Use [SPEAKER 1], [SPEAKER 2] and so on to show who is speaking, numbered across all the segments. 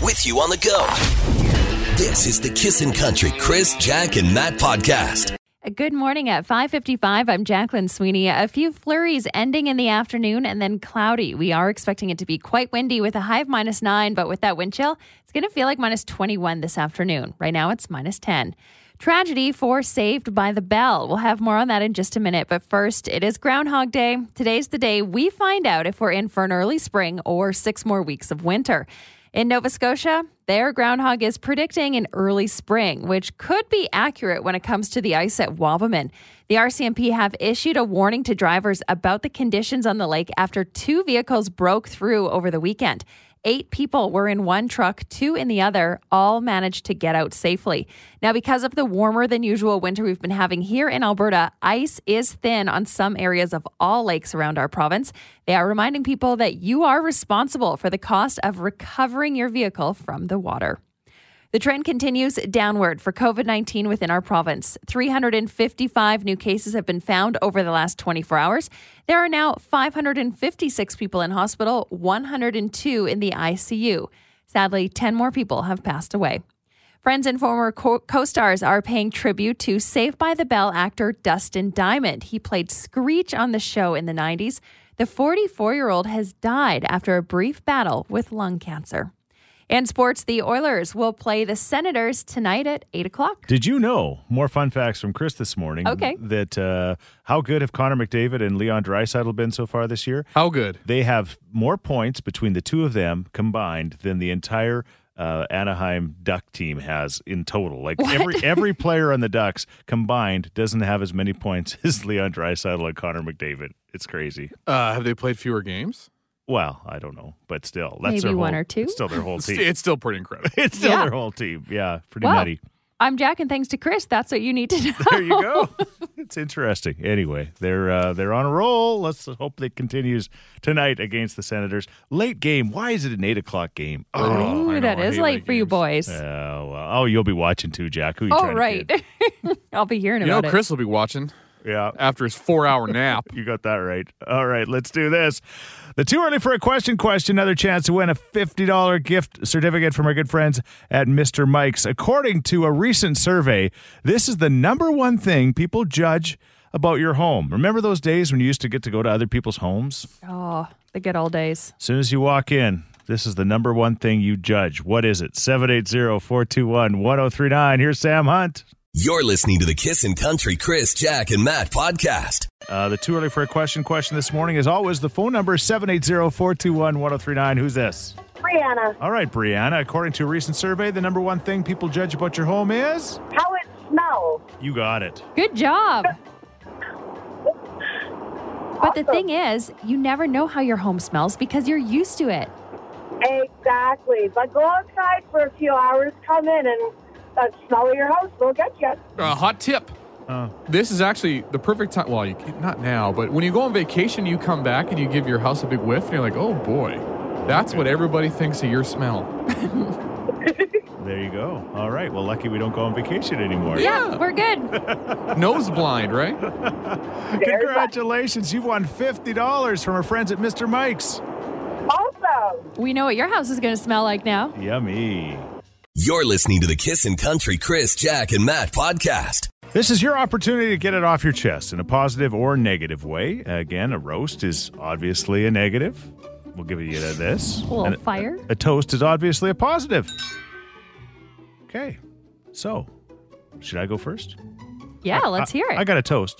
[SPEAKER 1] with you on the go. This is the Kissin' Country Chris, Jack, and Matt podcast.
[SPEAKER 2] Good morning at 5:55. I'm Jacqueline Sweeney. A few flurries ending in the afternoon and then cloudy. We are expecting it to be quite windy with a high of minus 9, but with that wind chill, it's going to feel like minus 21 this afternoon. Right now it's minus 10. Tragedy for Saved by the Bell. We'll have more on that in just a minute, but first, it is Groundhog Day. Today's the day we find out if we're in for an early spring or 6 more weeks of winter. In Nova Scotia, their groundhog is predicting an early spring, which could be accurate when it comes to the ice at Wabamun. The RCMP have issued a warning to drivers about the conditions on the lake after two vehicles broke through over the weekend. Eight people were in one truck, two in the other, all managed to get out safely. Now, because of the warmer than usual winter we've been having here in Alberta, ice is thin on some areas of all lakes around our province. They are reminding people that you are responsible for the cost of recovering your vehicle from the water. The trend continues downward for COVID 19 within our province. 355 new cases have been found over the last 24 hours. There are now 556 people in hospital, 102 in the ICU. Sadly, 10 more people have passed away. Friends and former co stars are paying tribute to Saved by the Bell actor Dustin Diamond. He played Screech on the show in the 90s. The 44 year old has died after a brief battle with lung cancer. In sports, the Oilers will play the Senators tonight at 8 o'clock.
[SPEAKER 3] Did you know more fun facts from Chris this morning?
[SPEAKER 2] Okay.
[SPEAKER 3] That uh, how good have Connor McDavid and Leon Dreisaitl been so far this year?
[SPEAKER 4] How good?
[SPEAKER 3] They have more points between the two of them combined than the entire uh, Anaheim Duck team has in total. Like
[SPEAKER 2] What?
[SPEAKER 3] every every player on the Ducks combined doesn't have as many points as Leon Dreisaitl and Connor McDavid. It's crazy.
[SPEAKER 4] Uh, have they played fewer games?
[SPEAKER 3] Well, I don't know, but still, that's
[SPEAKER 2] Maybe
[SPEAKER 3] their
[SPEAKER 2] one
[SPEAKER 3] whole-
[SPEAKER 2] or two?
[SPEAKER 3] It's still their whole
[SPEAKER 4] It's,
[SPEAKER 3] team.
[SPEAKER 4] it's still pretty incredible.
[SPEAKER 3] It's still
[SPEAKER 2] Yeah.
[SPEAKER 3] their whole team. Yeah, pretty
[SPEAKER 2] Wow.
[SPEAKER 3] nutty.
[SPEAKER 2] I'm Jack, and thanks to Chris, that's what you need to know.
[SPEAKER 3] There you go. it's interesting. Anyway, they're uh, they're on a roll. Let's hope that continues tonight against the Senators. Late game. Why is it an eight o'clock game? Oh,
[SPEAKER 4] I
[SPEAKER 2] Ooh,
[SPEAKER 4] know,
[SPEAKER 2] that
[SPEAKER 4] I
[SPEAKER 2] is
[SPEAKER 4] hate
[SPEAKER 2] late
[SPEAKER 4] late
[SPEAKER 2] for you
[SPEAKER 4] games.
[SPEAKER 2] boys.
[SPEAKER 3] uh, well, oh, you'll be watching too, Jack. Who you
[SPEAKER 2] All
[SPEAKER 3] trying to
[SPEAKER 2] Oh, right.
[SPEAKER 3] kid?
[SPEAKER 2] I'll be hearing
[SPEAKER 4] You
[SPEAKER 2] about
[SPEAKER 4] know,
[SPEAKER 2] it.
[SPEAKER 4] Chris will be watching
[SPEAKER 3] Yeah.
[SPEAKER 4] after his four-hour nap.
[SPEAKER 3] You got that right. All right, let's do this. The too early for a question question. Another chance to win a $50 gift certificate from our good friends at Mr. Mike's. According to a recent survey, this is the number one thing people judge about your home. Remember those days when you used to get to go to other people's homes?
[SPEAKER 2] Oh, the good old days.
[SPEAKER 3] As soon as you walk in, this is the number one thing you judge. What is it? 780 421 1039. Here's Sam Hunt.
[SPEAKER 1] You're listening to the Kissin' Country Chris, Jack, and Matt podcast.
[SPEAKER 3] Uh, the too early for a question question this morning, as always, the phone number is 780 421 1039. Who's this?
[SPEAKER 5] Brianna,
[SPEAKER 3] All right, Brianna. According to a recent survey, the number one thing people judge about your home is
[SPEAKER 5] how it smells.
[SPEAKER 3] you got it.
[SPEAKER 2] Good job. But the thing is, you never know how your home smells because you're used to it.
[SPEAKER 5] Exactly. But go outside for a few hours, come in, and that smell of your house will get you.
[SPEAKER 4] Uh, hot tip.
[SPEAKER 3] Uh,
[SPEAKER 4] This is actually the perfect time. Well, you, not now, but when you go on vacation, you come back and you give your house a big whiff, and you're like, "Oh boy, that's what everybody thinks of your smell."
[SPEAKER 3] there you go. All right. Well, lucky we don't go on vacation anymore.
[SPEAKER 2] Yeah, we're good.
[SPEAKER 4] Nose blind, right?
[SPEAKER 3] Congratulations. You've won $50 from our friends at Mr. Mike's.
[SPEAKER 5] Awesome.
[SPEAKER 2] We know what your house is going to smell like now.
[SPEAKER 3] Yummy.
[SPEAKER 1] You're listening to the Kissin' Country Chris, Jack, and Matt podcast.
[SPEAKER 3] This is your opportunity to get it off your chest in a positive or negative way. Again, a roast is obviously a negative. We'll give you
[SPEAKER 2] A
[SPEAKER 3] this.
[SPEAKER 2] little
[SPEAKER 3] And
[SPEAKER 2] fire.
[SPEAKER 3] A toast is obviously a positive. Okay. So, should I go first?
[SPEAKER 2] Yeah, let's
[SPEAKER 3] I-
[SPEAKER 2] hear
[SPEAKER 3] I
[SPEAKER 2] it.
[SPEAKER 3] got a toast.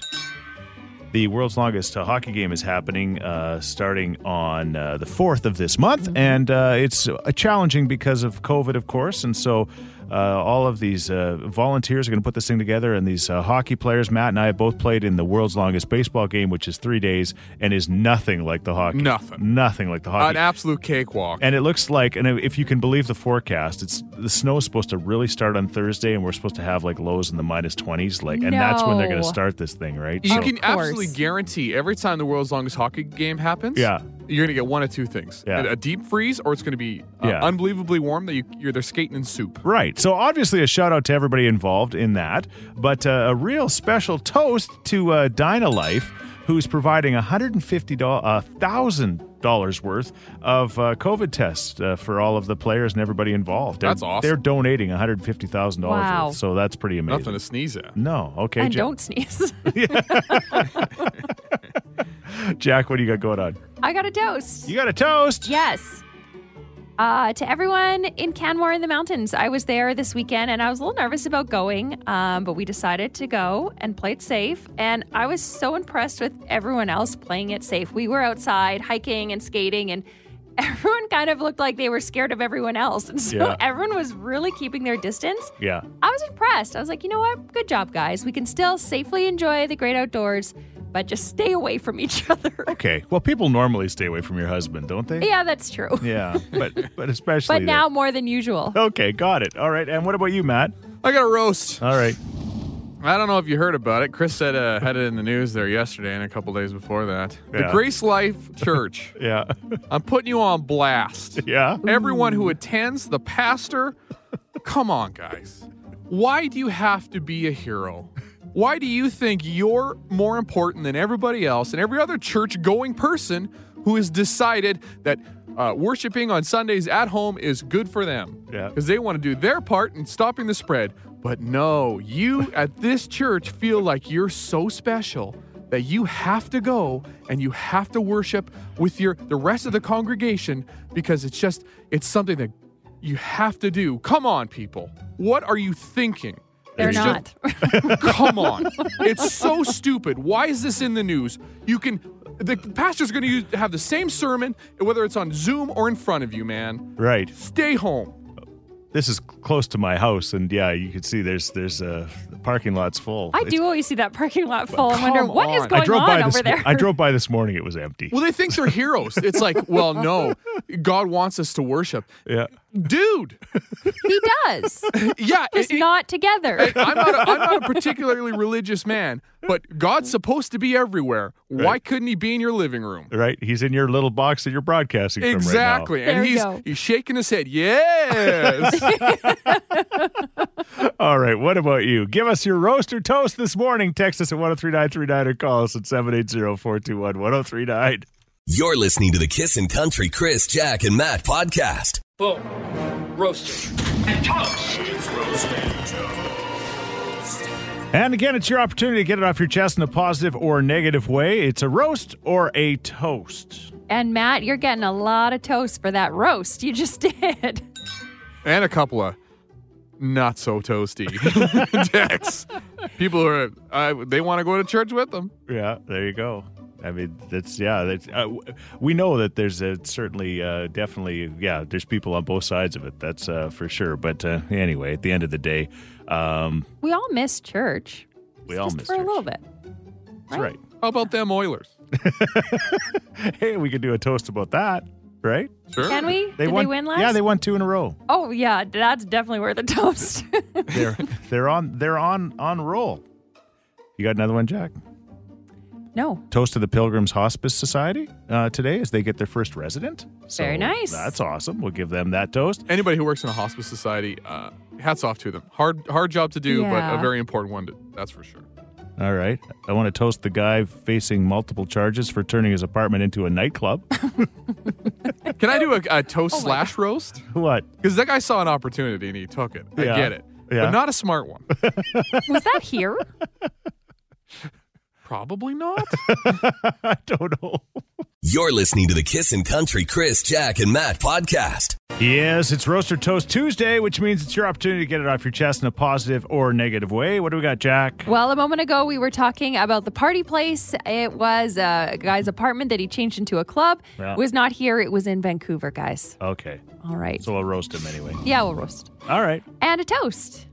[SPEAKER 3] The world's longest uh, hockey game is happening uh, starting on uh, the 4th of this month,
[SPEAKER 2] Mm-hmm.
[SPEAKER 3] and uh, it's uh, challenging because of COVID, of course. And so uh, all of these uh, volunteers are going to put this thing together, and these uh, hockey players, Matt and I, have both played in the world's longest baseball game, which is three days and is nothing like the hockey.
[SPEAKER 4] Nothing.
[SPEAKER 3] Nothing like the hockey.
[SPEAKER 4] An absolute cakewalk.
[SPEAKER 3] And it looks like, and if you can believe the forecast, it's the snow is supposed to really start on Thursday, and we're supposed to have like lows in the minus twenties, like, and that's when they're going
[SPEAKER 2] No.
[SPEAKER 3] to start this thing, right?
[SPEAKER 4] You
[SPEAKER 3] So-
[SPEAKER 4] can
[SPEAKER 2] course.
[SPEAKER 4] absolutely guarantee every time the world's longest hockey game happens,
[SPEAKER 3] Yeah.
[SPEAKER 4] you're going to get one of two things.
[SPEAKER 3] Yeah.
[SPEAKER 4] A deep freeze or it's going to be uh,
[SPEAKER 3] Yeah.
[SPEAKER 4] unbelievably warm that you, you're they're skating in soup.
[SPEAKER 3] Right. So obviously a shout out to everybody involved in that, but uh, a real special toast to uh, Dyna Life, who's providing 150 thousand dollars worth of uh, COVID tests uh, for all of the players and everybody involved. They're-
[SPEAKER 4] That's awesome.
[SPEAKER 3] They're donating one hundred fifty thousand
[SPEAKER 2] Wow.
[SPEAKER 3] dollars, so that's pretty amazing.
[SPEAKER 4] Nothing to sneeze at.
[SPEAKER 3] no, okay,
[SPEAKER 2] and
[SPEAKER 3] Jack.
[SPEAKER 2] don't sneeze.
[SPEAKER 3] Jack, what do you got going on?
[SPEAKER 2] I got a toast.
[SPEAKER 3] You got a toast.
[SPEAKER 2] Yes. Uh, to everyone in Canmore in the mountains. I was there this weekend and I was a little nervous about going, um, but we decided to go and play it safe. And I was so impressed with everyone else playing it safe. We were outside hiking and skating, and everyone kind of looked like they were scared of everyone else. And so
[SPEAKER 3] Yeah.
[SPEAKER 2] everyone was really keeping their distance.
[SPEAKER 3] Yeah.
[SPEAKER 2] I was impressed. I was like, you know what? Good job, guys. We can still safely enjoy the great outdoors, but just stay away from each other.
[SPEAKER 3] Okay. Well, people normally stay away from your husband, don't they?
[SPEAKER 2] yeah, that's true.
[SPEAKER 3] Yeah, but but especially.
[SPEAKER 2] But
[SPEAKER 3] the-
[SPEAKER 2] now more than usual.
[SPEAKER 3] Okay, got it. All right. And what about you, Matt?
[SPEAKER 4] I got a roast.
[SPEAKER 3] All right.
[SPEAKER 4] I don't know if you heard about it. Chris said uh, had it in the news there yesterday and a couple days before that.
[SPEAKER 3] Yeah.
[SPEAKER 4] The Grace Life Church.
[SPEAKER 3] Yeah.
[SPEAKER 4] I'm putting you on blast.
[SPEAKER 3] Yeah.
[SPEAKER 4] Everyone who attends, the pastor, come on, guys. Why do you have to be a hero? Why do you think you're more important than everybody else and every other church going person who has decided that uh, worshiping on Sundays at home is good for them?
[SPEAKER 3] Yeah.
[SPEAKER 4] Because they want to do their part in stopping the spread. But no, you at this church feel like you're so special that you have to go and you have to worship with your the rest of the congregation because it's just it's something that you have to do. Come on, people. What are you thinking?
[SPEAKER 2] They're
[SPEAKER 4] It's just-
[SPEAKER 2] not.
[SPEAKER 4] Come on. It's so stupid. Why is this in the news? You can the pastor's going to use, have the same sermon whether it's on Zoom or in front of you, man.
[SPEAKER 3] Right.
[SPEAKER 4] Stay home.
[SPEAKER 3] This is close to my house, and yeah, you can see there's there's uh, the parking lot's full.
[SPEAKER 2] I
[SPEAKER 3] It's-
[SPEAKER 2] do always see that parking lot full and wonder
[SPEAKER 4] come
[SPEAKER 2] what is
[SPEAKER 4] on. I
[SPEAKER 2] going on
[SPEAKER 3] this.
[SPEAKER 2] over there.
[SPEAKER 3] I drove by this morning. It was empty.
[SPEAKER 4] Well, they think they're heroes. It's like, well, no, God wants us to worship.
[SPEAKER 3] Yeah.
[SPEAKER 4] Dude,
[SPEAKER 2] he does.
[SPEAKER 4] yeah.
[SPEAKER 2] Just
[SPEAKER 4] it- it-
[SPEAKER 2] not together.
[SPEAKER 4] I'm, not a, I'm not a particularly religious man, but God's supposed to be everywhere. Why couldn't he be in your living room?
[SPEAKER 3] Right. He's in your little box that you're broadcasting
[SPEAKER 4] Exactly.
[SPEAKER 2] There
[SPEAKER 4] and
[SPEAKER 2] we
[SPEAKER 4] he's
[SPEAKER 2] go.
[SPEAKER 4] he's shaking his head. Yes.
[SPEAKER 3] from right now. All right. What about you? Give us your roast or toast this morning. Text us at 103939 or call us at 780-421-1039.
[SPEAKER 1] You're listening to the Kissin' Country Chris, Jack, and Matt podcast.
[SPEAKER 6] Boom. Roasted. And toast.
[SPEAKER 3] And again, it's your opportunity to get it off your chest in a positive or negative way. It's a roast or a toast.
[SPEAKER 2] and Matt, you're getting a lot of toast for that roast you just did.
[SPEAKER 4] and a couple of not so toasty texts. People who are, uh, they want to go to church with them.
[SPEAKER 3] Yeah, there you go. I mean, that's yeah. That's uh, w- we know that there's a, certainly, uh, definitely, yeah. There's people on both sides of it. That's uh, for sure. But uh, anyway, at the end of the day, um,
[SPEAKER 2] We all miss church.
[SPEAKER 3] We all
[SPEAKER 2] just
[SPEAKER 3] miss
[SPEAKER 2] for a
[SPEAKER 3] church.
[SPEAKER 2] little bit.
[SPEAKER 3] that's right.
[SPEAKER 4] How about them Oilers?
[SPEAKER 3] Hey, we could do a toast about that, right?
[SPEAKER 4] Sure.
[SPEAKER 2] Can we? Did
[SPEAKER 3] won.
[SPEAKER 2] they win last?
[SPEAKER 3] Yeah, they won two in a row.
[SPEAKER 2] Oh yeah, that's definitely worth a toast.
[SPEAKER 3] They're they're on they're on on roll. You got another one, Jack?
[SPEAKER 2] no.
[SPEAKER 3] toast to the Pilgrims Hospice Society uh, today as they get their first resident. So
[SPEAKER 2] Very nice.
[SPEAKER 3] That's awesome. We'll give them that toast.
[SPEAKER 4] Anybody who works in a hospice society, uh, hats off to them. Hard, hard job to do, but
[SPEAKER 2] Yeah.
[SPEAKER 4] a very important one. To, that's for sure.
[SPEAKER 3] All right. I want to toast the guy facing multiple charges for turning his apartment into a nightclub.
[SPEAKER 4] Can I do a, a toast
[SPEAKER 2] Oh my
[SPEAKER 4] slash roast?
[SPEAKER 3] what?
[SPEAKER 4] Because that guy saw an opportunity and he took it.
[SPEAKER 3] Yeah.
[SPEAKER 4] I get it,
[SPEAKER 3] Yeah.
[SPEAKER 4] but not a smart one.
[SPEAKER 2] Was that here?
[SPEAKER 4] Probably not.
[SPEAKER 3] I don't know.
[SPEAKER 1] You're listening to the Kissin' Country Chris, Jack, and Matt podcast.
[SPEAKER 3] Yes, it's Roaster Toast Tuesday, which means it's your opportunity to get it off your chest in a positive or negative way. What do we got, Jack?
[SPEAKER 2] Well, a moment ago, we were talking about the party place. It was a guy's apartment that he changed into a club.
[SPEAKER 3] Yeah.
[SPEAKER 2] Was not here. It was in Vancouver, guys.
[SPEAKER 3] Okay.
[SPEAKER 2] All right.
[SPEAKER 3] So I'll roast him anyway.
[SPEAKER 2] yeah, we'll roast.
[SPEAKER 3] All right.
[SPEAKER 2] And a toast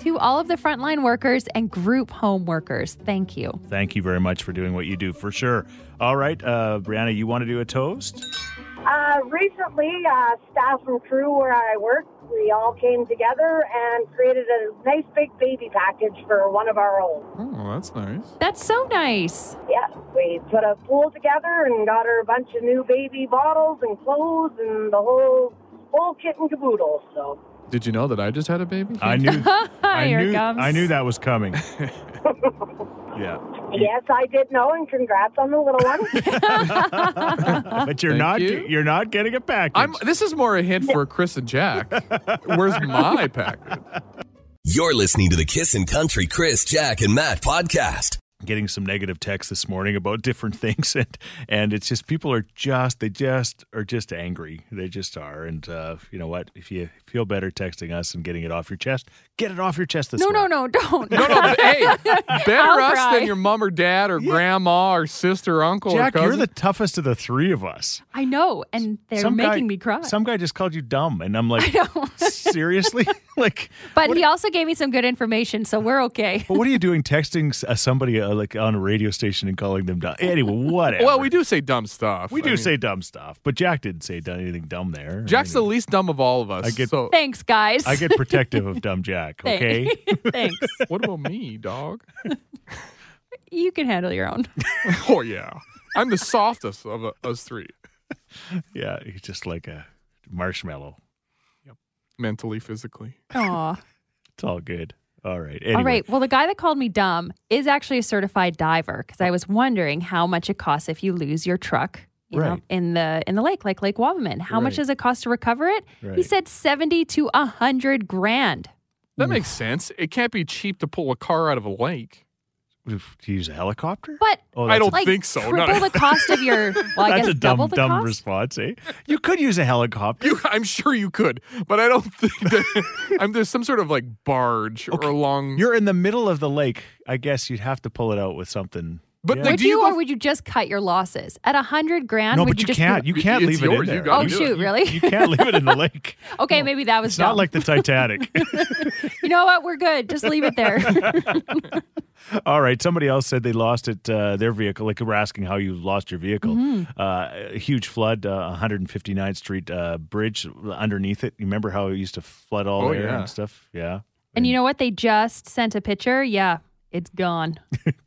[SPEAKER 2] to all of the frontline workers and group home workers. Thank you.
[SPEAKER 3] Thank you very much for doing what you do for sure. All right. Uh, Brianna, you want to do a toast?
[SPEAKER 5] Uh, recently, uh, staff and crew where I work, we all came together and created a nice big baby package for one of our own.
[SPEAKER 4] oh, that's nice.
[SPEAKER 2] That's so nice.
[SPEAKER 5] Yeah, we put a pool together and got her a bunch of new baby bottles and clothes and the whole whole kit and caboodle. So
[SPEAKER 4] Did you know that I just had a baby?
[SPEAKER 3] I knew. I
[SPEAKER 2] Here it
[SPEAKER 3] knew.
[SPEAKER 2] comes.
[SPEAKER 3] I knew that was coming. Yeah.
[SPEAKER 5] Yes, I did know, and congrats on the little one.
[SPEAKER 3] But you're
[SPEAKER 4] Thank
[SPEAKER 3] not
[SPEAKER 4] you.
[SPEAKER 3] you. are not getting a package.
[SPEAKER 4] I'm. This is more a hint for Chris and Jack. Where's my package?
[SPEAKER 1] You're listening to the Kissin' Country Chris, Jack, and Matt podcast.
[SPEAKER 3] getting some negative text this morning about different things and and it's just people are just they just are just angry they just are and uh, you know what if you feel better texting us and getting it off your chest get it off your chest this
[SPEAKER 2] No, no,
[SPEAKER 3] morning.
[SPEAKER 2] no, don't.
[SPEAKER 4] No, no. But, hey, better
[SPEAKER 2] I'll
[SPEAKER 4] us
[SPEAKER 2] cry.
[SPEAKER 4] than your mom or dad or grandma or sister or uncle
[SPEAKER 3] Jack
[SPEAKER 4] or
[SPEAKER 3] you're
[SPEAKER 4] cousin.
[SPEAKER 3] the toughest of the three of us
[SPEAKER 2] I know, and they're
[SPEAKER 3] Some guy-
[SPEAKER 2] making me cry.
[SPEAKER 3] some guy just called you dumb and I'm like seriously like
[SPEAKER 2] but he also gave me some good information, so we're okay.
[SPEAKER 3] but what are you doing texting s- uh, somebody uh, like on a radio station and calling them dumb anyway whatever
[SPEAKER 4] well, we do say dumb stuff.
[SPEAKER 3] we
[SPEAKER 4] I
[SPEAKER 3] do
[SPEAKER 4] mean,
[SPEAKER 3] say dumb stuff but Jack didn't say done anything dumb there
[SPEAKER 4] Jack's the least dumb of all of us.
[SPEAKER 3] I get-
[SPEAKER 4] so
[SPEAKER 2] Thanks, guys.
[SPEAKER 3] I get protective of dumb Jack
[SPEAKER 2] Thanks.
[SPEAKER 3] okay
[SPEAKER 2] Thanks.
[SPEAKER 4] what about me, dog?
[SPEAKER 2] You can handle your own.
[SPEAKER 4] Oh yeah, I'm the softest of uh, us three,
[SPEAKER 3] Yeah, he's just like a marshmallow.
[SPEAKER 4] mentally, physically.
[SPEAKER 2] Aw.
[SPEAKER 3] It's all good. All right. Anyway,
[SPEAKER 2] All right. Well, the guy that called me dumb is actually a certified diver because I was wondering how much it costs if you lose your truck. You know,
[SPEAKER 3] Right.
[SPEAKER 2] in the in the lake, like Lake Wabamun, how much
[SPEAKER 3] Right.
[SPEAKER 2] does it cost to recover it? He
[SPEAKER 3] Right.
[SPEAKER 2] said seventy to a hundred grand.
[SPEAKER 4] That makes sense. It can't be cheap to pull a car out of a lake.
[SPEAKER 3] Oof, To use a helicopter?
[SPEAKER 2] But
[SPEAKER 3] oh, that's
[SPEAKER 4] I don't
[SPEAKER 3] A,
[SPEAKER 2] like
[SPEAKER 4] think so. No,
[SPEAKER 2] triple
[SPEAKER 4] no.
[SPEAKER 2] the cost of your. Well, I
[SPEAKER 3] that's
[SPEAKER 2] guess
[SPEAKER 3] a
[SPEAKER 2] double
[SPEAKER 3] dumb,
[SPEAKER 2] the
[SPEAKER 3] dumb
[SPEAKER 2] cost.
[SPEAKER 3] response, eh? You could use a helicopter.
[SPEAKER 4] You, I'm sure you could, but I don't think that. I'm there's some sort of like barge or long.
[SPEAKER 3] You're in the middle of the lake. I guess you'd have to pull it out with something.
[SPEAKER 4] But
[SPEAKER 3] Yeah.
[SPEAKER 4] like,
[SPEAKER 2] Would
[SPEAKER 4] do you
[SPEAKER 2] you,
[SPEAKER 4] go
[SPEAKER 2] or would you just cut your losses at a hundred grand?
[SPEAKER 3] no,
[SPEAKER 2] would
[SPEAKER 3] but you,
[SPEAKER 2] just be
[SPEAKER 3] can't. You
[SPEAKER 4] Y-
[SPEAKER 3] can't
[SPEAKER 4] it's
[SPEAKER 3] leave
[SPEAKER 4] yours.
[SPEAKER 3] it in
[SPEAKER 4] You
[SPEAKER 3] there.
[SPEAKER 4] gotta
[SPEAKER 2] Oh,
[SPEAKER 4] do
[SPEAKER 2] shoot,
[SPEAKER 4] it.
[SPEAKER 2] really?
[SPEAKER 3] You can't leave it in the lake.
[SPEAKER 2] okay, maybe that was
[SPEAKER 3] It's not
[SPEAKER 2] dumb.
[SPEAKER 3] like the Titanic.
[SPEAKER 2] you know what? We're good. Just leave it there.
[SPEAKER 3] All right. Somebody else said they lost it, uh, their vehicle. Like we're asking how you lost your vehicle.
[SPEAKER 2] Mm-hmm.
[SPEAKER 3] Uh, a huge flood, uh, 159th Street uh, bridge underneath it. You remember how it used to flood all
[SPEAKER 4] Oh,
[SPEAKER 3] there
[SPEAKER 4] yeah.
[SPEAKER 3] and stuff? Yeah.
[SPEAKER 2] and you know what? They just sent a picture. Yeah, it's gone.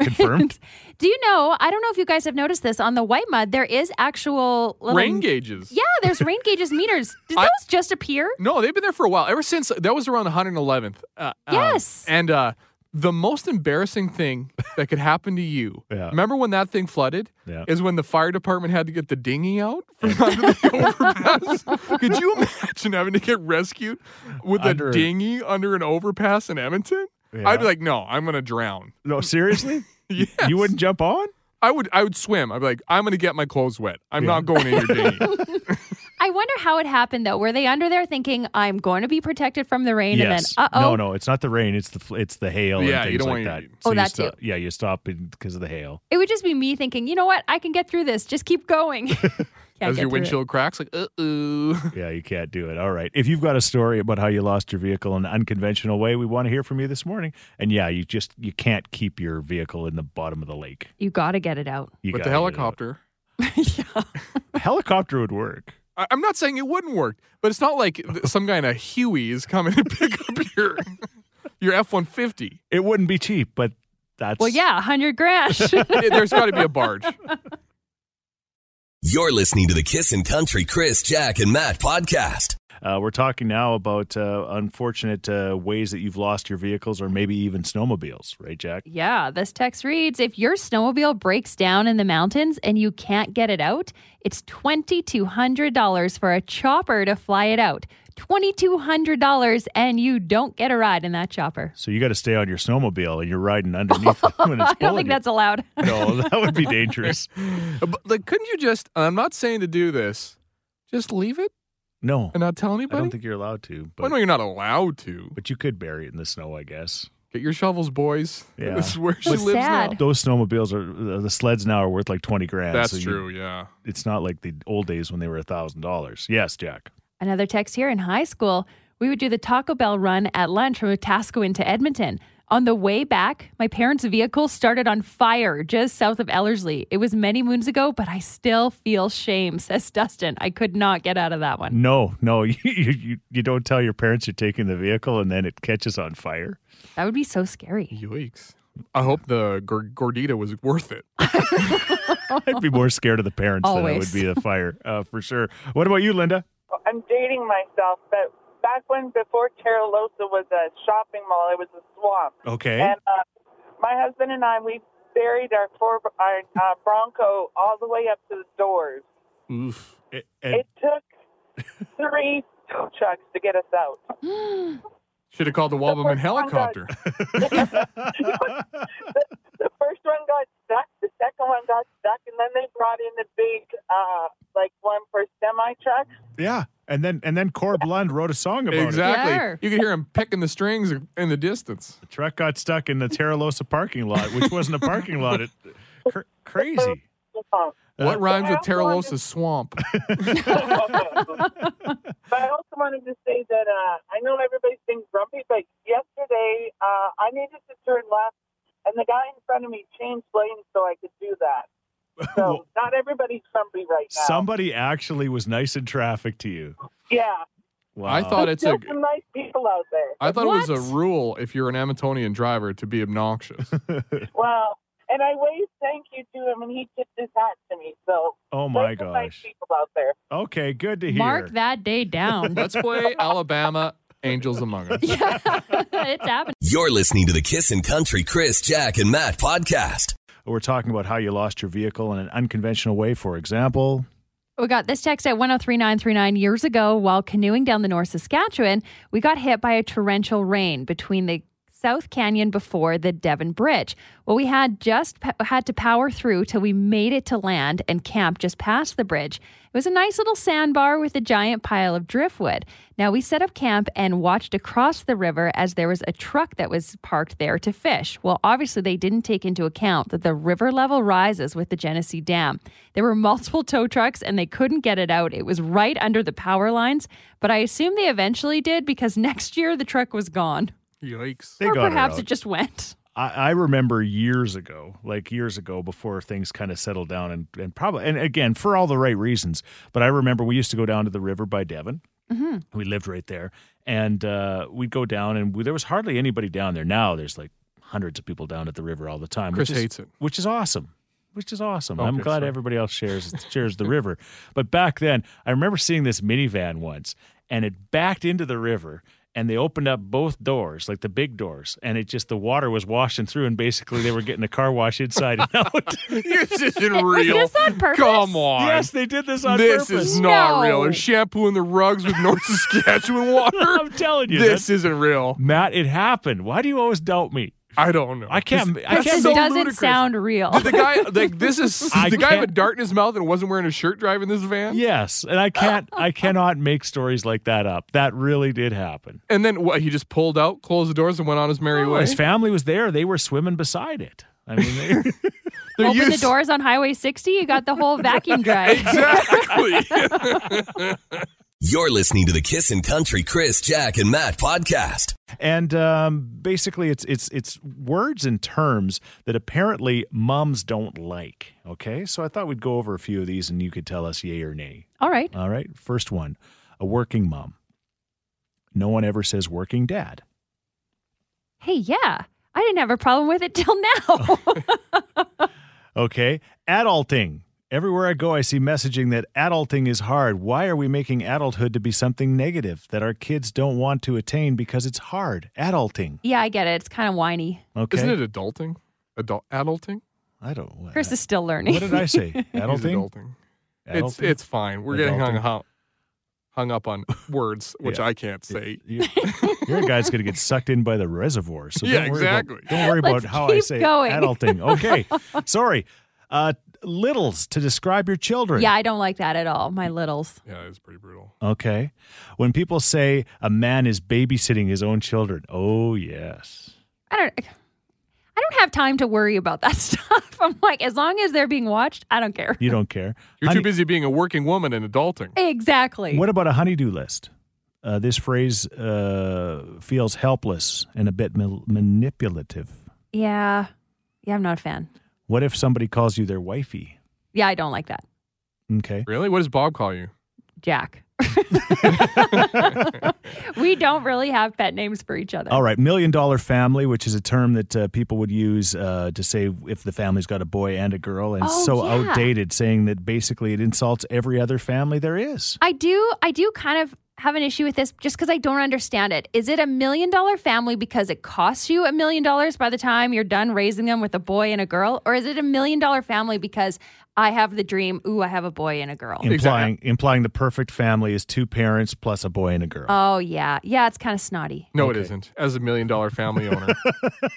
[SPEAKER 3] Confirmed.
[SPEAKER 2] Do you know? I don't know if you guys have noticed this on the white mud. There is actual little
[SPEAKER 4] rain gauges?
[SPEAKER 2] Yeah, there's rain gauges meters. Did
[SPEAKER 4] I-
[SPEAKER 2] those just appear?
[SPEAKER 4] No, they've been there for a while. Ever since that was around 111th. Uh, um,
[SPEAKER 2] Yes.
[SPEAKER 4] and uh, the most embarrassing thing that could happen to you.
[SPEAKER 3] Yeah.
[SPEAKER 4] Remember when that thing flooded?
[SPEAKER 3] Yeah.
[SPEAKER 4] Is when the fire department had to get the dinghy out from under the overpass. could you imagine having to get rescued with
[SPEAKER 3] Under-
[SPEAKER 4] a dinghy under an overpass in Edmonton?
[SPEAKER 3] Yeah.
[SPEAKER 4] I'd be like, no, I'm gonna drown.
[SPEAKER 3] No, seriously?
[SPEAKER 4] Yes.
[SPEAKER 3] You wouldn't jump on?
[SPEAKER 4] I would. I would swim. I'd be like, I'm gonna get my clothes wet. I'm
[SPEAKER 3] Yeah.
[SPEAKER 4] not going in your dinghy.
[SPEAKER 2] I wonder how it happened though. Were they under there thinking I'm going to be protected from the rain,
[SPEAKER 3] yes.
[SPEAKER 2] and then uh oh,
[SPEAKER 3] No, no, it's not the rain. It's the fl- it's the hail
[SPEAKER 4] Yeah,
[SPEAKER 3] and
[SPEAKER 4] you
[SPEAKER 3] things
[SPEAKER 4] don't
[SPEAKER 3] like
[SPEAKER 4] want
[SPEAKER 3] that.
[SPEAKER 4] your-
[SPEAKER 2] Oh,
[SPEAKER 3] you
[SPEAKER 2] that
[SPEAKER 3] stop- Yeah, you stop because of the hail.
[SPEAKER 2] it would just be me thinking, you know what? I can get through this. Just keep going. Can't
[SPEAKER 4] As
[SPEAKER 2] get
[SPEAKER 4] your
[SPEAKER 2] through it.
[SPEAKER 4] windshield cracks, like, uh oh.
[SPEAKER 3] Yeah, you can't do it. All right. If you've got a story about how you lost your vehicle in an unconventional way, we want to hear from you this morning. And yeah, you just you can't keep your vehicle in the bottom of the lake.
[SPEAKER 2] You got to get it out.
[SPEAKER 3] You
[SPEAKER 4] But
[SPEAKER 3] gotta get
[SPEAKER 4] the
[SPEAKER 3] it out.
[SPEAKER 4] helicopter.
[SPEAKER 3] helicopter would work.
[SPEAKER 4] I- I'm not saying it wouldn't work, but it's not like th- some guy in a Huey is coming to pick up your your F-150.
[SPEAKER 3] It wouldn't be cheap, but that's
[SPEAKER 2] Well, yeah, 100 grand.
[SPEAKER 4] It- There's got to be a barge.
[SPEAKER 1] You're listening to the Kissin' Country Chris, Jack, and Matt podcast.
[SPEAKER 3] Uh, we're talking now about uh, unfortunate uh, ways that you've lost your vehicles or maybe even snowmobiles, right, Jack?
[SPEAKER 2] yeah, this text reads If your snowmobile breaks down in the mountains and you can't get it out, it's $2,200 for a chopper to fly it out. $2,200 and you don't get a ride in that chopper.
[SPEAKER 3] So you got to stay on your snowmobile and you're riding underneath it when it's
[SPEAKER 2] I don't
[SPEAKER 3] pulling
[SPEAKER 2] think
[SPEAKER 3] you.
[SPEAKER 2] that's allowed.
[SPEAKER 3] No, that would be dangerous.
[SPEAKER 4] But, like, couldn't you just? I'm not saying to do this. Just leave it
[SPEAKER 3] No,
[SPEAKER 4] and not tell
[SPEAKER 3] I
[SPEAKER 4] anybody.
[SPEAKER 3] don't think you're allowed to.
[SPEAKER 4] well,
[SPEAKER 3] But
[SPEAKER 4] no, you're not allowed to.
[SPEAKER 3] but you could bury it in the snow, I guess.
[SPEAKER 4] Get your shovels, boys.
[SPEAKER 3] Yeah.
[SPEAKER 4] This is where she
[SPEAKER 2] That's
[SPEAKER 4] lives
[SPEAKER 2] sad.
[SPEAKER 4] now.
[SPEAKER 3] Those snowmobiles are the sleds now are worth like twenty grand.
[SPEAKER 4] That's
[SPEAKER 3] so you-
[SPEAKER 4] true. Yeah.
[SPEAKER 3] It's not like the old days when they were a thousand dollars. Yes, Jack.
[SPEAKER 2] Another text here in high school, we would do the Taco Bell run at lunch from Otaskwin to Edmonton. On the way back, my parents' vehicle started on fire just south of Ellerslie. It was many moons ago, but I still feel shame, says Dustin. I could not get out of that one.
[SPEAKER 3] No, no, you you, you don't tell your parents you're taking the vehicle and then it catches on fire.
[SPEAKER 2] That would be so scary.
[SPEAKER 4] Yikes. I hope the gor- gordita was worth it.
[SPEAKER 3] I'd be more scared of the parents than I would
[SPEAKER 2] Always.
[SPEAKER 3] be the fire, uh, for sure. What about you, Linda?
[SPEAKER 7] I'm dating myself, but back when before Terralosa was a shopping mall, it was a swamp.
[SPEAKER 3] Okay.
[SPEAKER 7] And uh, my husband and I, we buried our four our uh, Bronco all the way up to the doors.
[SPEAKER 8] Oof.
[SPEAKER 3] A-
[SPEAKER 7] It
[SPEAKER 3] And
[SPEAKER 7] took three tow trucks to get us out.
[SPEAKER 4] Should have called the Wabaman helicopter.
[SPEAKER 7] The first one got stuck. The second one got stuck, and then they brought in the big, uh, like one for semi trucks.
[SPEAKER 3] yeah, and then and then Corb Lund wrote a song about it.
[SPEAKER 4] exactly.
[SPEAKER 2] Yeah.
[SPEAKER 4] You could hear him picking the strings in the distance.
[SPEAKER 3] The truck got stuck in the Terralosa parking lot, which wasn't a parking lot. It, cr- crazy. Uh,
[SPEAKER 4] What rhymes with
[SPEAKER 7] I also wanted-
[SPEAKER 4] Terralosa Swamp?
[SPEAKER 7] but I also wanted to say that uh, I know everybody's being grumpy, but yesterday uh, I needed to turn left, and the guy in front of me changed lanes so I could do that. So
[SPEAKER 3] Well-
[SPEAKER 7] not everybody's grumpy right now.
[SPEAKER 3] Somebody actually was nice in traffic to you.
[SPEAKER 7] yeah,
[SPEAKER 3] Wow.
[SPEAKER 4] I thought it's
[SPEAKER 7] still
[SPEAKER 4] a.
[SPEAKER 7] some nice people out there.
[SPEAKER 4] I thought it was a
[SPEAKER 2] What?
[SPEAKER 4] rule if you're an Amatonian driver to be obnoxious.
[SPEAKER 7] Wow. And I waved thank you to him, and he tipped his hat to me. So
[SPEAKER 3] Oh my
[SPEAKER 7] there's some nice
[SPEAKER 3] gosh.
[SPEAKER 7] people out there.
[SPEAKER 3] Okay, good to hear.
[SPEAKER 2] Mark that day down.
[SPEAKER 4] Let's play Alabama Angels Among Us.
[SPEAKER 2] yeah, it's happening.
[SPEAKER 1] You're listening to the Kissin' Country Chris, Jack, and Matt podcast.
[SPEAKER 3] We're talking about how you lost your vehicle in an unconventional way, for example.
[SPEAKER 2] We got this text at 103939 years ago while canoeing down the North Saskatchewan. We got hit by a torrential rain between the South Canyon before the Devon Bridge. Well, we had just p- had to power through till we made it to land and camp just past the bridge. It was a nice little sandbar with a giant pile of driftwood. Now we set up camp and watched across the river as there was a truck that was parked there to fish. Well, obviously they didn't take into account that the river level rises with the Genesee Dam. There were multiple tow trucks and they couldn't get it out. It was right under the power lines, but I assume they eventually did because next year the truck was gone.
[SPEAKER 4] Yikes.
[SPEAKER 3] They
[SPEAKER 2] or
[SPEAKER 3] got her
[SPEAKER 2] perhaps
[SPEAKER 3] out.
[SPEAKER 2] it just went.
[SPEAKER 3] I, I remember years ago, like years ago, before things kind of settled down, and, and probably, and again, for all the right reasons. But I remember we used to go down to the river by Devon. Mm-hmm. We lived right there, and uh, we'd go down, and we, there was hardly anybody down there. Now there's like hundreds of people down at the river all the time.
[SPEAKER 4] Chris
[SPEAKER 3] which is,
[SPEAKER 4] hates it.
[SPEAKER 3] which is awesome. Which is awesome. I'm
[SPEAKER 4] Okay,
[SPEAKER 3] glad
[SPEAKER 4] sorry.
[SPEAKER 3] everybody else shares shares the river. But back then, I remember seeing this minivan once, and it backed into the river, and they opened up both doors, like the big doors, and it just the water was washing through, and basically they were getting a car wash inside and out.
[SPEAKER 4] this isn't
[SPEAKER 2] Was
[SPEAKER 4] real.
[SPEAKER 2] this on purpose?
[SPEAKER 4] Come on.
[SPEAKER 3] yes, they did this on
[SPEAKER 4] this
[SPEAKER 3] purpose.
[SPEAKER 4] is not
[SPEAKER 2] No.
[SPEAKER 4] real. They're shampooing the rugs with North Saskatchewan water.
[SPEAKER 3] I'm telling you,
[SPEAKER 4] this
[SPEAKER 3] that-
[SPEAKER 4] isn't real.
[SPEAKER 3] Matt. It happened. Why do you always doubt me?
[SPEAKER 4] I don't know.
[SPEAKER 3] I can't.
[SPEAKER 4] This-
[SPEAKER 3] I
[SPEAKER 2] This
[SPEAKER 3] can't.
[SPEAKER 4] so
[SPEAKER 2] doesn't
[SPEAKER 4] ludicrous.
[SPEAKER 2] sound real.
[SPEAKER 4] Did the guy like this is
[SPEAKER 3] I
[SPEAKER 4] the guy have a
[SPEAKER 3] can't-
[SPEAKER 4] dart in his mouth and wasn't wearing a shirt driving this van?
[SPEAKER 3] Yes, and I can't. I cannot make stories like that up. That really did happen.
[SPEAKER 4] And then what? He just pulled out, closed the doors, and went on his merry
[SPEAKER 3] Oh,
[SPEAKER 4] way.
[SPEAKER 3] His family was there. They were swimming beside it. I mean, they,
[SPEAKER 4] They're
[SPEAKER 2] Open the
[SPEAKER 4] used-
[SPEAKER 2] doors on Highway 60, you got the whole vacuum drive.
[SPEAKER 4] Exactly.
[SPEAKER 1] You're listening to the Kissin' Country Chris, Jack, and Matt podcast.
[SPEAKER 3] and um, basically, it's it's it's words and terms that apparently moms don't like. Okay, so I thought we'd go over a few of these, and you could tell us yay or nay.
[SPEAKER 2] All right.
[SPEAKER 3] All right, first one: a working mom. No one ever says working dad.
[SPEAKER 2] Hey, yeah. I didn't have a problem with it till now.
[SPEAKER 3] Okay, adulting. Everywhere I go, I see messaging that adulting is hard. Why are we making adulthood to be something negative that our kids don't want to attain because it's hard? Adulting.
[SPEAKER 2] yeah, I get it. It's kind of whiny.
[SPEAKER 3] Okay.
[SPEAKER 4] Isn't it adulting? Adult adulting?
[SPEAKER 3] I don't. what-
[SPEAKER 2] Chris is still learning.
[SPEAKER 3] What did I say?
[SPEAKER 4] He's
[SPEAKER 3] Adulting.
[SPEAKER 4] adulting. It's
[SPEAKER 3] Adulting?
[SPEAKER 4] it's fine. We're getting hung
[SPEAKER 3] Adulting.
[SPEAKER 4] up hung up on words, which
[SPEAKER 3] Yeah.
[SPEAKER 4] I can't say.
[SPEAKER 3] You, your guy's gonna get sucked in by the reservoir. So
[SPEAKER 4] Yeah,
[SPEAKER 3] don't worry about-
[SPEAKER 4] exactly.
[SPEAKER 3] don't worry about
[SPEAKER 2] Let's
[SPEAKER 3] how I
[SPEAKER 2] keep
[SPEAKER 3] say
[SPEAKER 2] going.
[SPEAKER 3] adulting. Okay, sorry. Uh, littles to describe your children.
[SPEAKER 2] Yeah, I don't like that at all. My littles.
[SPEAKER 4] Yeah, it's pretty brutal.
[SPEAKER 3] Okay. When people say a man is babysitting his own children, oh yes.
[SPEAKER 2] I don't I don't have time to worry about that stuff. I'm like, as long as they're being watched, I don't care.
[SPEAKER 3] You don't care.
[SPEAKER 4] You're
[SPEAKER 3] Honey-
[SPEAKER 4] too busy being a working woman and adulting.
[SPEAKER 2] Exactly.
[SPEAKER 3] What about a honeydew list? Uh, this phrase uh, feels helpless and a bit ma- manipulative.
[SPEAKER 2] yeah. Yeah, I'm not a fan.
[SPEAKER 3] What if somebody calls you their wifey?
[SPEAKER 2] Yeah, I don't like that.
[SPEAKER 3] Okay.
[SPEAKER 4] Really? What does Bob call you?
[SPEAKER 2] Jack. we don't really have pet names for each other.
[SPEAKER 3] All right, million dollar family, which is a term that uh, people would use uh, to say if the family's got a boy and a girl, and it's
[SPEAKER 2] Oh,
[SPEAKER 3] so
[SPEAKER 2] yeah.
[SPEAKER 3] outdated, saying that basically it insults every other family there is.
[SPEAKER 2] I do I do kind of have an issue with this just because I don't understand it. Is it a million dollar family because it costs you a million dollars by the time you're done raising them with a boy and a girl? Or is it a million dollar family because I have the dream, ooh, I have a boy and a girl?
[SPEAKER 3] Implying implying the perfect family is two parents plus a boy and a girl.
[SPEAKER 2] Oh, yeah. Yeah, it's kind of snotty.
[SPEAKER 4] No, it isn't. As a million dollar family owner,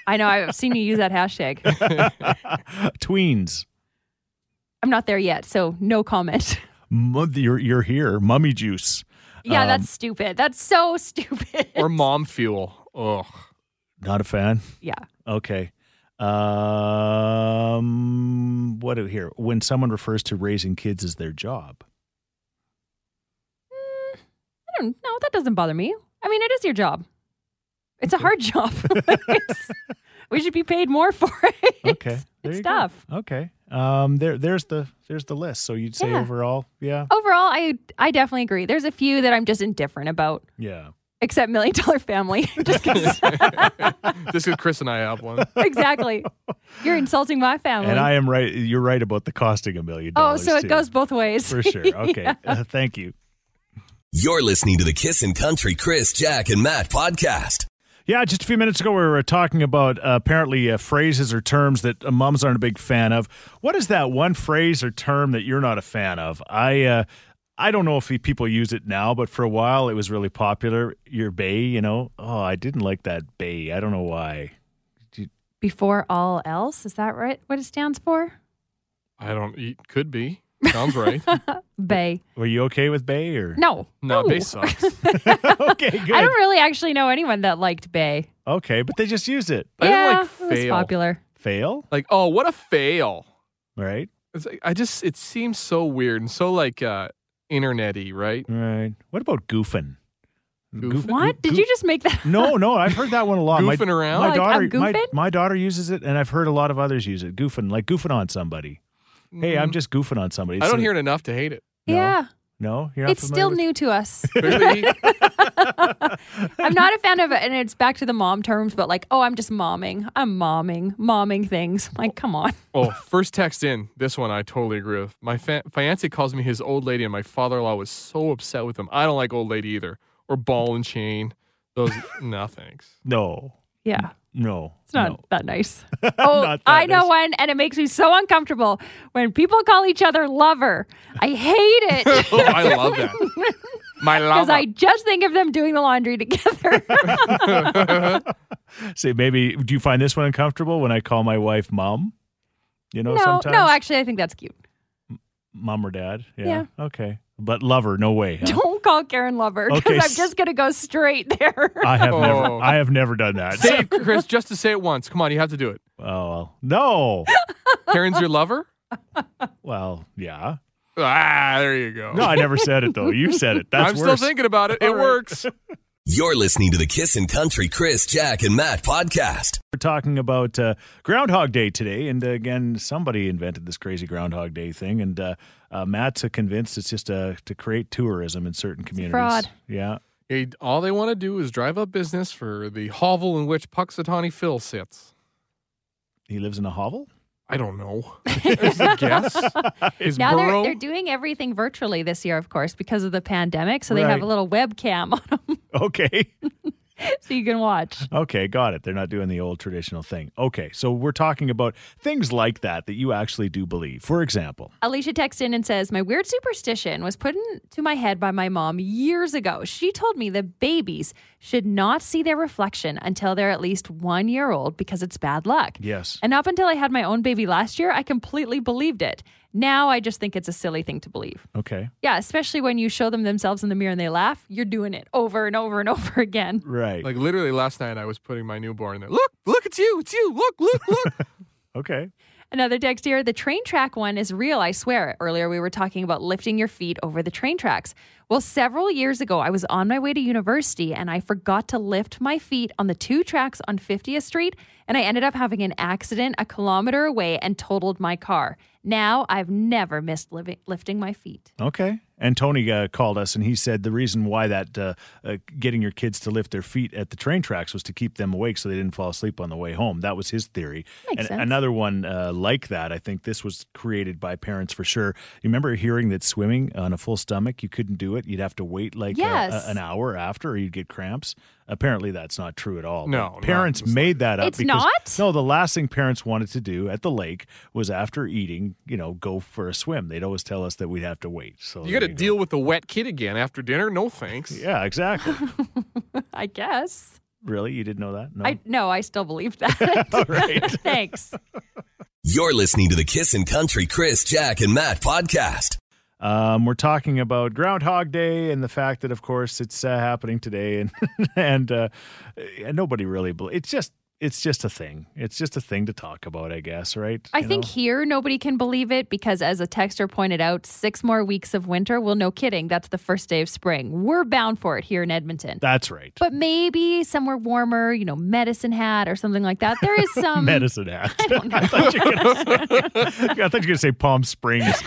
[SPEAKER 2] I know. I've seen you use that hashtag.
[SPEAKER 3] Tweens.
[SPEAKER 2] I'm not there yet, so no comment.
[SPEAKER 3] Mu- You're, you're here. Mummy juice.
[SPEAKER 2] Yeah, that's stupid. That's so stupid.
[SPEAKER 4] Um, or mom fuel. Ugh.
[SPEAKER 3] Not a fan.
[SPEAKER 2] yeah.
[SPEAKER 3] Okay. Um, what do here? When someone refers to raising kids as their job,
[SPEAKER 2] I don't know. That doesn't bother me. I mean, it is your job. It's a hard job. It's- we should be paid more for it.
[SPEAKER 3] okay, there
[SPEAKER 2] It's
[SPEAKER 3] you go.
[SPEAKER 2] tough.
[SPEAKER 3] Okay, um, there, there's the, there's the list. So you'd say
[SPEAKER 2] Yeah.
[SPEAKER 3] overall, yeah,
[SPEAKER 2] Overall, I I definitely agree. There's a few that I'm just indifferent about,
[SPEAKER 3] yeah.
[SPEAKER 2] except Million Dollar Family. just 'cause-
[SPEAKER 4] This is Chris and I have one.
[SPEAKER 2] exactly. You're insulting my family.
[SPEAKER 3] And I am right. You're right about the costing a million
[SPEAKER 2] oh,
[SPEAKER 3] dollars.
[SPEAKER 2] so
[SPEAKER 3] too,
[SPEAKER 2] it goes both ways.
[SPEAKER 3] for sure. Okay, Uh, thank you.
[SPEAKER 1] You're listening to the Kissin' Country Chris, Jack, and Matt podcast.
[SPEAKER 3] Yeah, just a few minutes ago, we were talking about uh, apparently uh, phrases or terms that uh, moms aren't a big fan of. What is that one phrase or term that you're not a fan of? I uh, I don't know if people use it now, but for a while it was really popular. Your bay, you know. Oh, I didn't like that bay. I don't know why.
[SPEAKER 2] Before all else, is that right? What it stands for?
[SPEAKER 4] I don't. It could be. Sounds right.
[SPEAKER 2] Bay.
[SPEAKER 3] Were you okay with bay or
[SPEAKER 2] No.
[SPEAKER 4] No,
[SPEAKER 2] Ooh.
[SPEAKER 4] they sucks.
[SPEAKER 3] okay,
[SPEAKER 2] I
[SPEAKER 3] good.
[SPEAKER 2] don't really actually know anyone that liked Bay.
[SPEAKER 3] Okay, but they just used it.
[SPEAKER 4] I
[SPEAKER 2] yeah,
[SPEAKER 4] don't like
[SPEAKER 2] it was
[SPEAKER 4] fail.
[SPEAKER 2] popular.
[SPEAKER 3] Fail,
[SPEAKER 4] Like, oh, what a fail.
[SPEAKER 3] right?
[SPEAKER 4] It's like, I just. It seems so weird and so like uh internety, right?
[SPEAKER 3] Right. What about goofing?
[SPEAKER 4] Goof-
[SPEAKER 2] What? Did you just make that?
[SPEAKER 3] No, no, I've heard that one a lot. My-
[SPEAKER 4] Goofing around?
[SPEAKER 3] My
[SPEAKER 2] Like,
[SPEAKER 3] daughter,
[SPEAKER 2] I'm
[SPEAKER 3] my,
[SPEAKER 2] goofing?
[SPEAKER 3] my daughter uses it, and I've heard a lot of others use it. Goofing, like goofing on somebody. Hey, I'm just goofing on somebody.
[SPEAKER 4] Mm-hmm. I don't
[SPEAKER 3] It's-
[SPEAKER 4] hear it enough to hate it.
[SPEAKER 3] No.
[SPEAKER 2] Yeah.
[SPEAKER 3] No, you're not
[SPEAKER 2] It's
[SPEAKER 3] familiar
[SPEAKER 2] still
[SPEAKER 3] with-
[SPEAKER 2] new to us.
[SPEAKER 4] Clearly,
[SPEAKER 2] I'm not a fan of it, and it's back to the mom terms, but like, oh, I'm just momming. I'm momming, momming things. Like, come on.
[SPEAKER 4] Oh, first text in. This one I totally agree with. My fa- fiance calls me his old lady, and my father in law was so upset with him. I don't like old lady either. Or ball and chain. Those, no thanks.
[SPEAKER 3] No,
[SPEAKER 2] Yeah,
[SPEAKER 3] no,
[SPEAKER 2] it's not
[SPEAKER 3] no.
[SPEAKER 2] that nice. Oh,
[SPEAKER 3] Not that
[SPEAKER 2] I know
[SPEAKER 3] nice.
[SPEAKER 2] one, and it makes me so uncomfortable when people call each other lover. I hate it
[SPEAKER 4] Oh, I love that. My
[SPEAKER 2] because
[SPEAKER 4] lava.
[SPEAKER 2] I just think of them doing the laundry together.
[SPEAKER 3] Say maybe. Do you find this one uncomfortable when I call my wife mom? You know,
[SPEAKER 2] no,
[SPEAKER 3] Oh, sometimes
[SPEAKER 2] no, actually, I think that's cute.
[SPEAKER 3] mom or dad. Yeah. Okay, but lover, no way. huh?
[SPEAKER 2] Don't call Karen lover because
[SPEAKER 3] Okay,
[SPEAKER 2] I'm
[SPEAKER 3] s-
[SPEAKER 2] just gonna go straight there.
[SPEAKER 3] I have
[SPEAKER 4] Oh.
[SPEAKER 3] never. I have never done that.
[SPEAKER 4] say it, Chris, just to say it once. Come on, you have to do it.
[SPEAKER 3] oh well. no.
[SPEAKER 4] Karen's your lover?
[SPEAKER 3] Well, yeah.
[SPEAKER 4] Ah, there you go.
[SPEAKER 3] No, I never said it though. You said it. That's
[SPEAKER 4] I'm
[SPEAKER 3] worse.
[SPEAKER 4] still thinking about it. It works.
[SPEAKER 1] You're listening to the Kissin' Country Chris, Jack, and Matt podcast.
[SPEAKER 3] We're talking about uh, Groundhog Day today, and uh, again, somebody invented this crazy Groundhog Day thing, and uh, uh, Matt's uh, convinced it's just uh, to create tourism in certain communities.
[SPEAKER 2] fraud.
[SPEAKER 3] Yeah,
[SPEAKER 4] Hey, all they want to do is drive up business for the hovel in which Puxatawny Phil sits.
[SPEAKER 3] he lives in a hovel.
[SPEAKER 4] I don't know. Is it a guess? Is
[SPEAKER 2] Now
[SPEAKER 4] burrow?
[SPEAKER 2] they're, they're doing everything virtually this year, of course, because of the pandemic. So they
[SPEAKER 3] Right.
[SPEAKER 2] have a little webcam on them
[SPEAKER 3] Okay,
[SPEAKER 2] so you can watch.
[SPEAKER 3] okay, got it. They're not doing the old traditional thing. Okay, so we're talking about things like that that you actually do believe. For example,
[SPEAKER 2] Alicia texts in and says, My weird superstition was put into my head by my mom years ago. She told me that babies should not see their reflection until they're at least one year old because it's bad luck.
[SPEAKER 3] yes,
[SPEAKER 2] And up until I had my own baby last year, I completely believed it. Now I just think it's a silly thing to believe.
[SPEAKER 3] okay,
[SPEAKER 2] Yeah, especially when you show them themselves in the mirror and they laugh, you're doing it over and over and over again.
[SPEAKER 3] right,
[SPEAKER 4] Like literally last night, I was putting my newborn in there. Look, look, it's you, it's you. Look, look, look.
[SPEAKER 3] okay,
[SPEAKER 2] Another text here. The train track one is real, I swear. Earlier, we were talking about lifting your feet over the train tracks. Well, several years ago, I was on my way to university and I forgot to lift my feet on the two tracks on 50th Street, and I ended up having an accident a kilometer away and totaled my car. Now, I've never missed living, lifting my feet.
[SPEAKER 3] okay. And Tony uh, called us, and he said the reason why that uh, uh, getting your kids to lift their feet at the train tracks was to keep them awake so they didn't fall asleep on the way home. That was his theory.
[SPEAKER 2] Makes
[SPEAKER 3] and
[SPEAKER 2] sense.
[SPEAKER 3] another one uh, like that, I think this was created by parents for sure. You remember hearing that swimming on a full stomach you couldn't do do it. You'd have to wait like uh, a-
[SPEAKER 2] Yes.
[SPEAKER 3] a- an hour after, or you'd get cramps. Apparently, that's not true at all.
[SPEAKER 4] No,
[SPEAKER 3] But
[SPEAKER 4] no,
[SPEAKER 3] parents
[SPEAKER 4] it's not.
[SPEAKER 3] made that up.
[SPEAKER 2] It's
[SPEAKER 3] because-
[SPEAKER 2] not?
[SPEAKER 3] No, the last thing parents wanted to do at the lake was after eating, you know, go for a swim. They'd always tell us that we'd have to wait. So
[SPEAKER 4] You got to
[SPEAKER 3] Oh, there go.
[SPEAKER 4] deal with the wet kid again after dinner? No thanks.
[SPEAKER 3] Yeah, exactly.
[SPEAKER 2] I guess.
[SPEAKER 3] really, you didn't know that? No.
[SPEAKER 2] I no, I still believe that.
[SPEAKER 3] All right.
[SPEAKER 2] Thanks.
[SPEAKER 1] You're listening to the Kissin' Country Chris, Jack, and Matt podcast.
[SPEAKER 3] Um, we're talking about Groundhog Day and the fact that, of course, it's uh, happening today, and and uh, and nobody really. Bel- it's just it's just a thing. It's just a thing to talk about, I guess. Right?
[SPEAKER 2] I
[SPEAKER 3] You
[SPEAKER 2] think
[SPEAKER 3] know?
[SPEAKER 2] here nobody can believe it because, as a texter pointed out, six more weeks of winter. Well, no kidding. That's the first day of spring. We're bound for it here in Edmonton.
[SPEAKER 3] that's right.
[SPEAKER 2] But maybe somewhere warmer, you know, Medicine Hat or something like that. There is some.
[SPEAKER 3] Medicine hat. I, thought you were gonna say, I thought you were gonna say Palm Springs.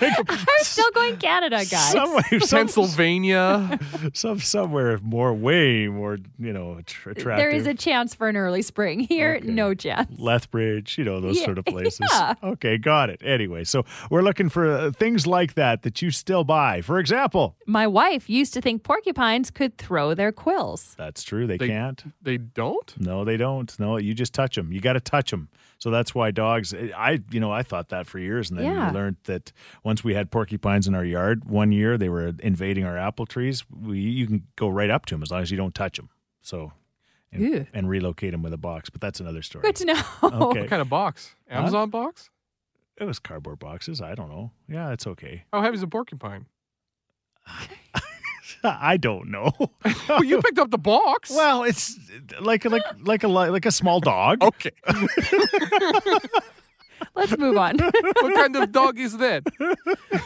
[SPEAKER 3] like
[SPEAKER 2] I'm still going Canada, guys.
[SPEAKER 3] somewhere- some-
[SPEAKER 4] Pennsylvania.
[SPEAKER 3] some- somewhere more, way more, you know, att- attractive.
[SPEAKER 2] there is a chance for an early spring. Here,
[SPEAKER 3] Okay.
[SPEAKER 2] no chance.
[SPEAKER 3] Lethbridge, you know, those
[SPEAKER 2] Yeah,
[SPEAKER 3] sort of places.
[SPEAKER 2] yeah.
[SPEAKER 3] Okay, got it. Anyway, so we're looking for uh, things like that that you still buy. For example,
[SPEAKER 2] My wife used to think porcupines could throw their quills.
[SPEAKER 3] that's true. They,
[SPEAKER 4] They-
[SPEAKER 3] can't.
[SPEAKER 4] they don't?
[SPEAKER 3] No, they don't. No, you just touch them. You got to touch them. So that's why dogs. eh, I, you know, I thought that for years, and then
[SPEAKER 2] Yeah.
[SPEAKER 3] we learned that once we had porcupines in our yard one year, they were invading our apple trees. We, you can go right up to them as long as you don't touch them. So,
[SPEAKER 2] Ew.
[SPEAKER 3] and, and relocate them with a box. But that's another story.
[SPEAKER 2] Good to know.
[SPEAKER 3] Okay.
[SPEAKER 4] What kind of box? Amazon box?
[SPEAKER 3] It was cardboard boxes. I don't know. Yeah, it's okay.
[SPEAKER 4] How heavy is a porcupine?
[SPEAKER 3] I don't know.
[SPEAKER 4] Well, you picked up the box.
[SPEAKER 3] Well, it's like like like a li- like a small dog.
[SPEAKER 4] okay.
[SPEAKER 2] Let's move on.
[SPEAKER 4] what kind of dog is that?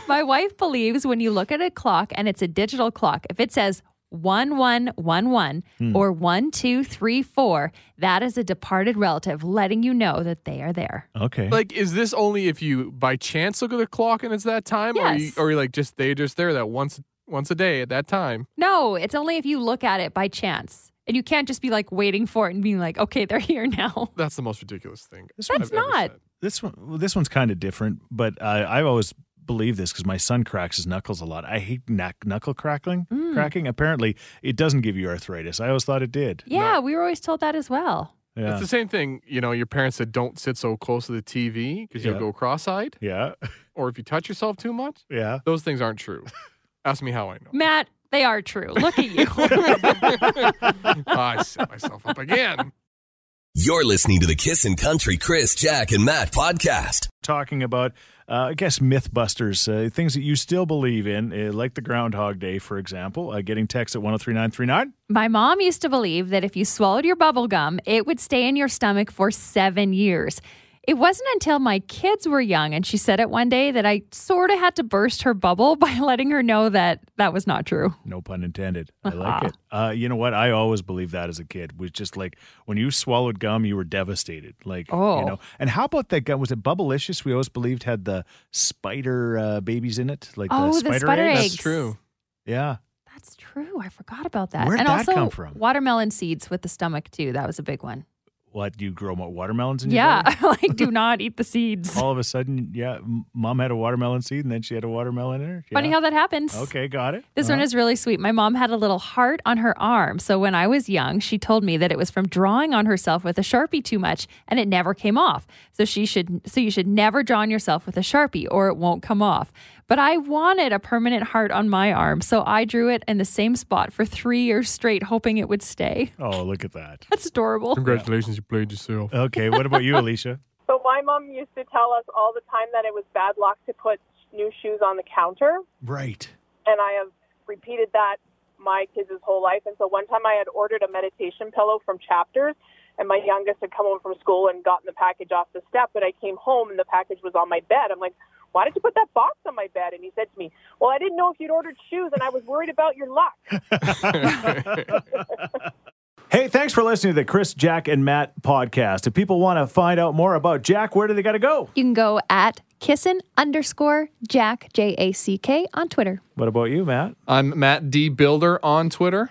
[SPEAKER 2] My wife believes when you look at a clock and it's a digital clock, if it says 1111 or 1234, that is a departed relative letting you know that they are there.
[SPEAKER 3] Okay.
[SPEAKER 4] Like, is this only if you by chance look at the clock and it's that time, or you,
[SPEAKER 2] Yes.
[SPEAKER 4] or you like just they just there that once once a day at that time?
[SPEAKER 2] No, it's only if you look at it by chance. And you can't just be like waiting for it and being like, okay, they're here now.
[SPEAKER 4] That's the most ridiculous thing.
[SPEAKER 3] That's
[SPEAKER 4] I've ever
[SPEAKER 2] not.
[SPEAKER 4] said.
[SPEAKER 3] this one well, this one's kind of different, but uh, I've always believed this because my son cracks his knuckles a lot. I hate knack, knuckle crackling, cracking. Apparently, it doesn't give you arthritis. I always thought it did.
[SPEAKER 2] Yeah, we were always told that as well.
[SPEAKER 3] Yeah.
[SPEAKER 4] It's the same thing. You know, your parents said don't sit so close to the TV because
[SPEAKER 3] Yeah.
[SPEAKER 4] you'll go cross-eyed,
[SPEAKER 3] yeah.
[SPEAKER 4] or if you touch yourself too much.
[SPEAKER 3] Yeah.
[SPEAKER 4] Those things aren't true. Ask me how I know.
[SPEAKER 2] Matt, they are true. Look at you.
[SPEAKER 4] I set myself up again.
[SPEAKER 1] You're listening to the Kissin' Country Chris, Jack, and Matt podcast.
[SPEAKER 3] Talking about, uh, I guess, Mythbusters, uh, things that you still believe in, uh, like the Groundhog Day, for example. Uh, getting text at 103939.
[SPEAKER 2] My mom used to believe that if you swallowed your bubble gum, it would stay in your stomach for seven years. It wasn't until my kids were young and she said it one day that I sort of had to burst her bubble by letting her know that that was not true.
[SPEAKER 3] No pun intended. I like it. Uh, you know what? I always believed that as a kid was just like when you swallowed gum, you were devastated. Like,
[SPEAKER 2] Oh.
[SPEAKER 3] you know. And how about that gum? Was it Bubblicious? We always believed had the spider uh, babies in it, like
[SPEAKER 2] Oh,
[SPEAKER 3] the
[SPEAKER 2] the
[SPEAKER 3] spider,
[SPEAKER 2] spider
[SPEAKER 3] eggs.
[SPEAKER 2] egg.
[SPEAKER 4] That's true.
[SPEAKER 3] Yeah,
[SPEAKER 2] That's true. I forgot about that.
[SPEAKER 3] Where'd
[SPEAKER 2] and
[SPEAKER 3] that
[SPEAKER 2] also
[SPEAKER 3] come from?
[SPEAKER 2] watermelon seeds with the stomach too. That was a big one.
[SPEAKER 3] what you Oh, grow more watermelons? In your
[SPEAKER 2] Yeah,
[SPEAKER 3] belly?
[SPEAKER 2] like do not eat the seeds.
[SPEAKER 3] All of a sudden, yeah, m- mom had a watermelon seed, and then she had a watermelon in her. Yeah.
[SPEAKER 2] Funny how that happens.
[SPEAKER 3] Okay, got it.
[SPEAKER 2] This one is really sweet. My mom had a little heart on her arm. So when I was young, she told me that it was from drawing on herself with a Sharpie too much and it never came off. So she should so you should never draw on yourself with a Sharpie or it won't come off. But I wanted a permanent heart on my arm, so I drew it in the same spot for 3 years straight hoping it would stay.
[SPEAKER 3] Oh, look at that.
[SPEAKER 2] That's adorable.
[SPEAKER 4] Congratulations, you played yourself.
[SPEAKER 3] Okay, what about you, Alicia?
[SPEAKER 8] So my mom used to tell us all the time that it was bad luck to put new shoes on the counter,
[SPEAKER 3] Right.
[SPEAKER 8] and I have repeated that my kids' his whole life. And so one time I had ordered a meditation pillow from Chapters, and my youngest had come home from school and gotten the package off the step. But I came home and the package was on my bed. I'm like, "Why did you put that box on my bed?" And he said to me, "Well, I didn't know if you'd ordered shoes, and I was worried about your luck."
[SPEAKER 3] Hey, thanks for listening to the Chris, Jack, and Matt podcast. If people want to find out more about Jack, where do they got to go?
[SPEAKER 9] You can go at kissin underscore Jack, J A C K, on Twitter.
[SPEAKER 3] What about you, Matt?
[SPEAKER 4] I'm Matt D Builder on Twitter.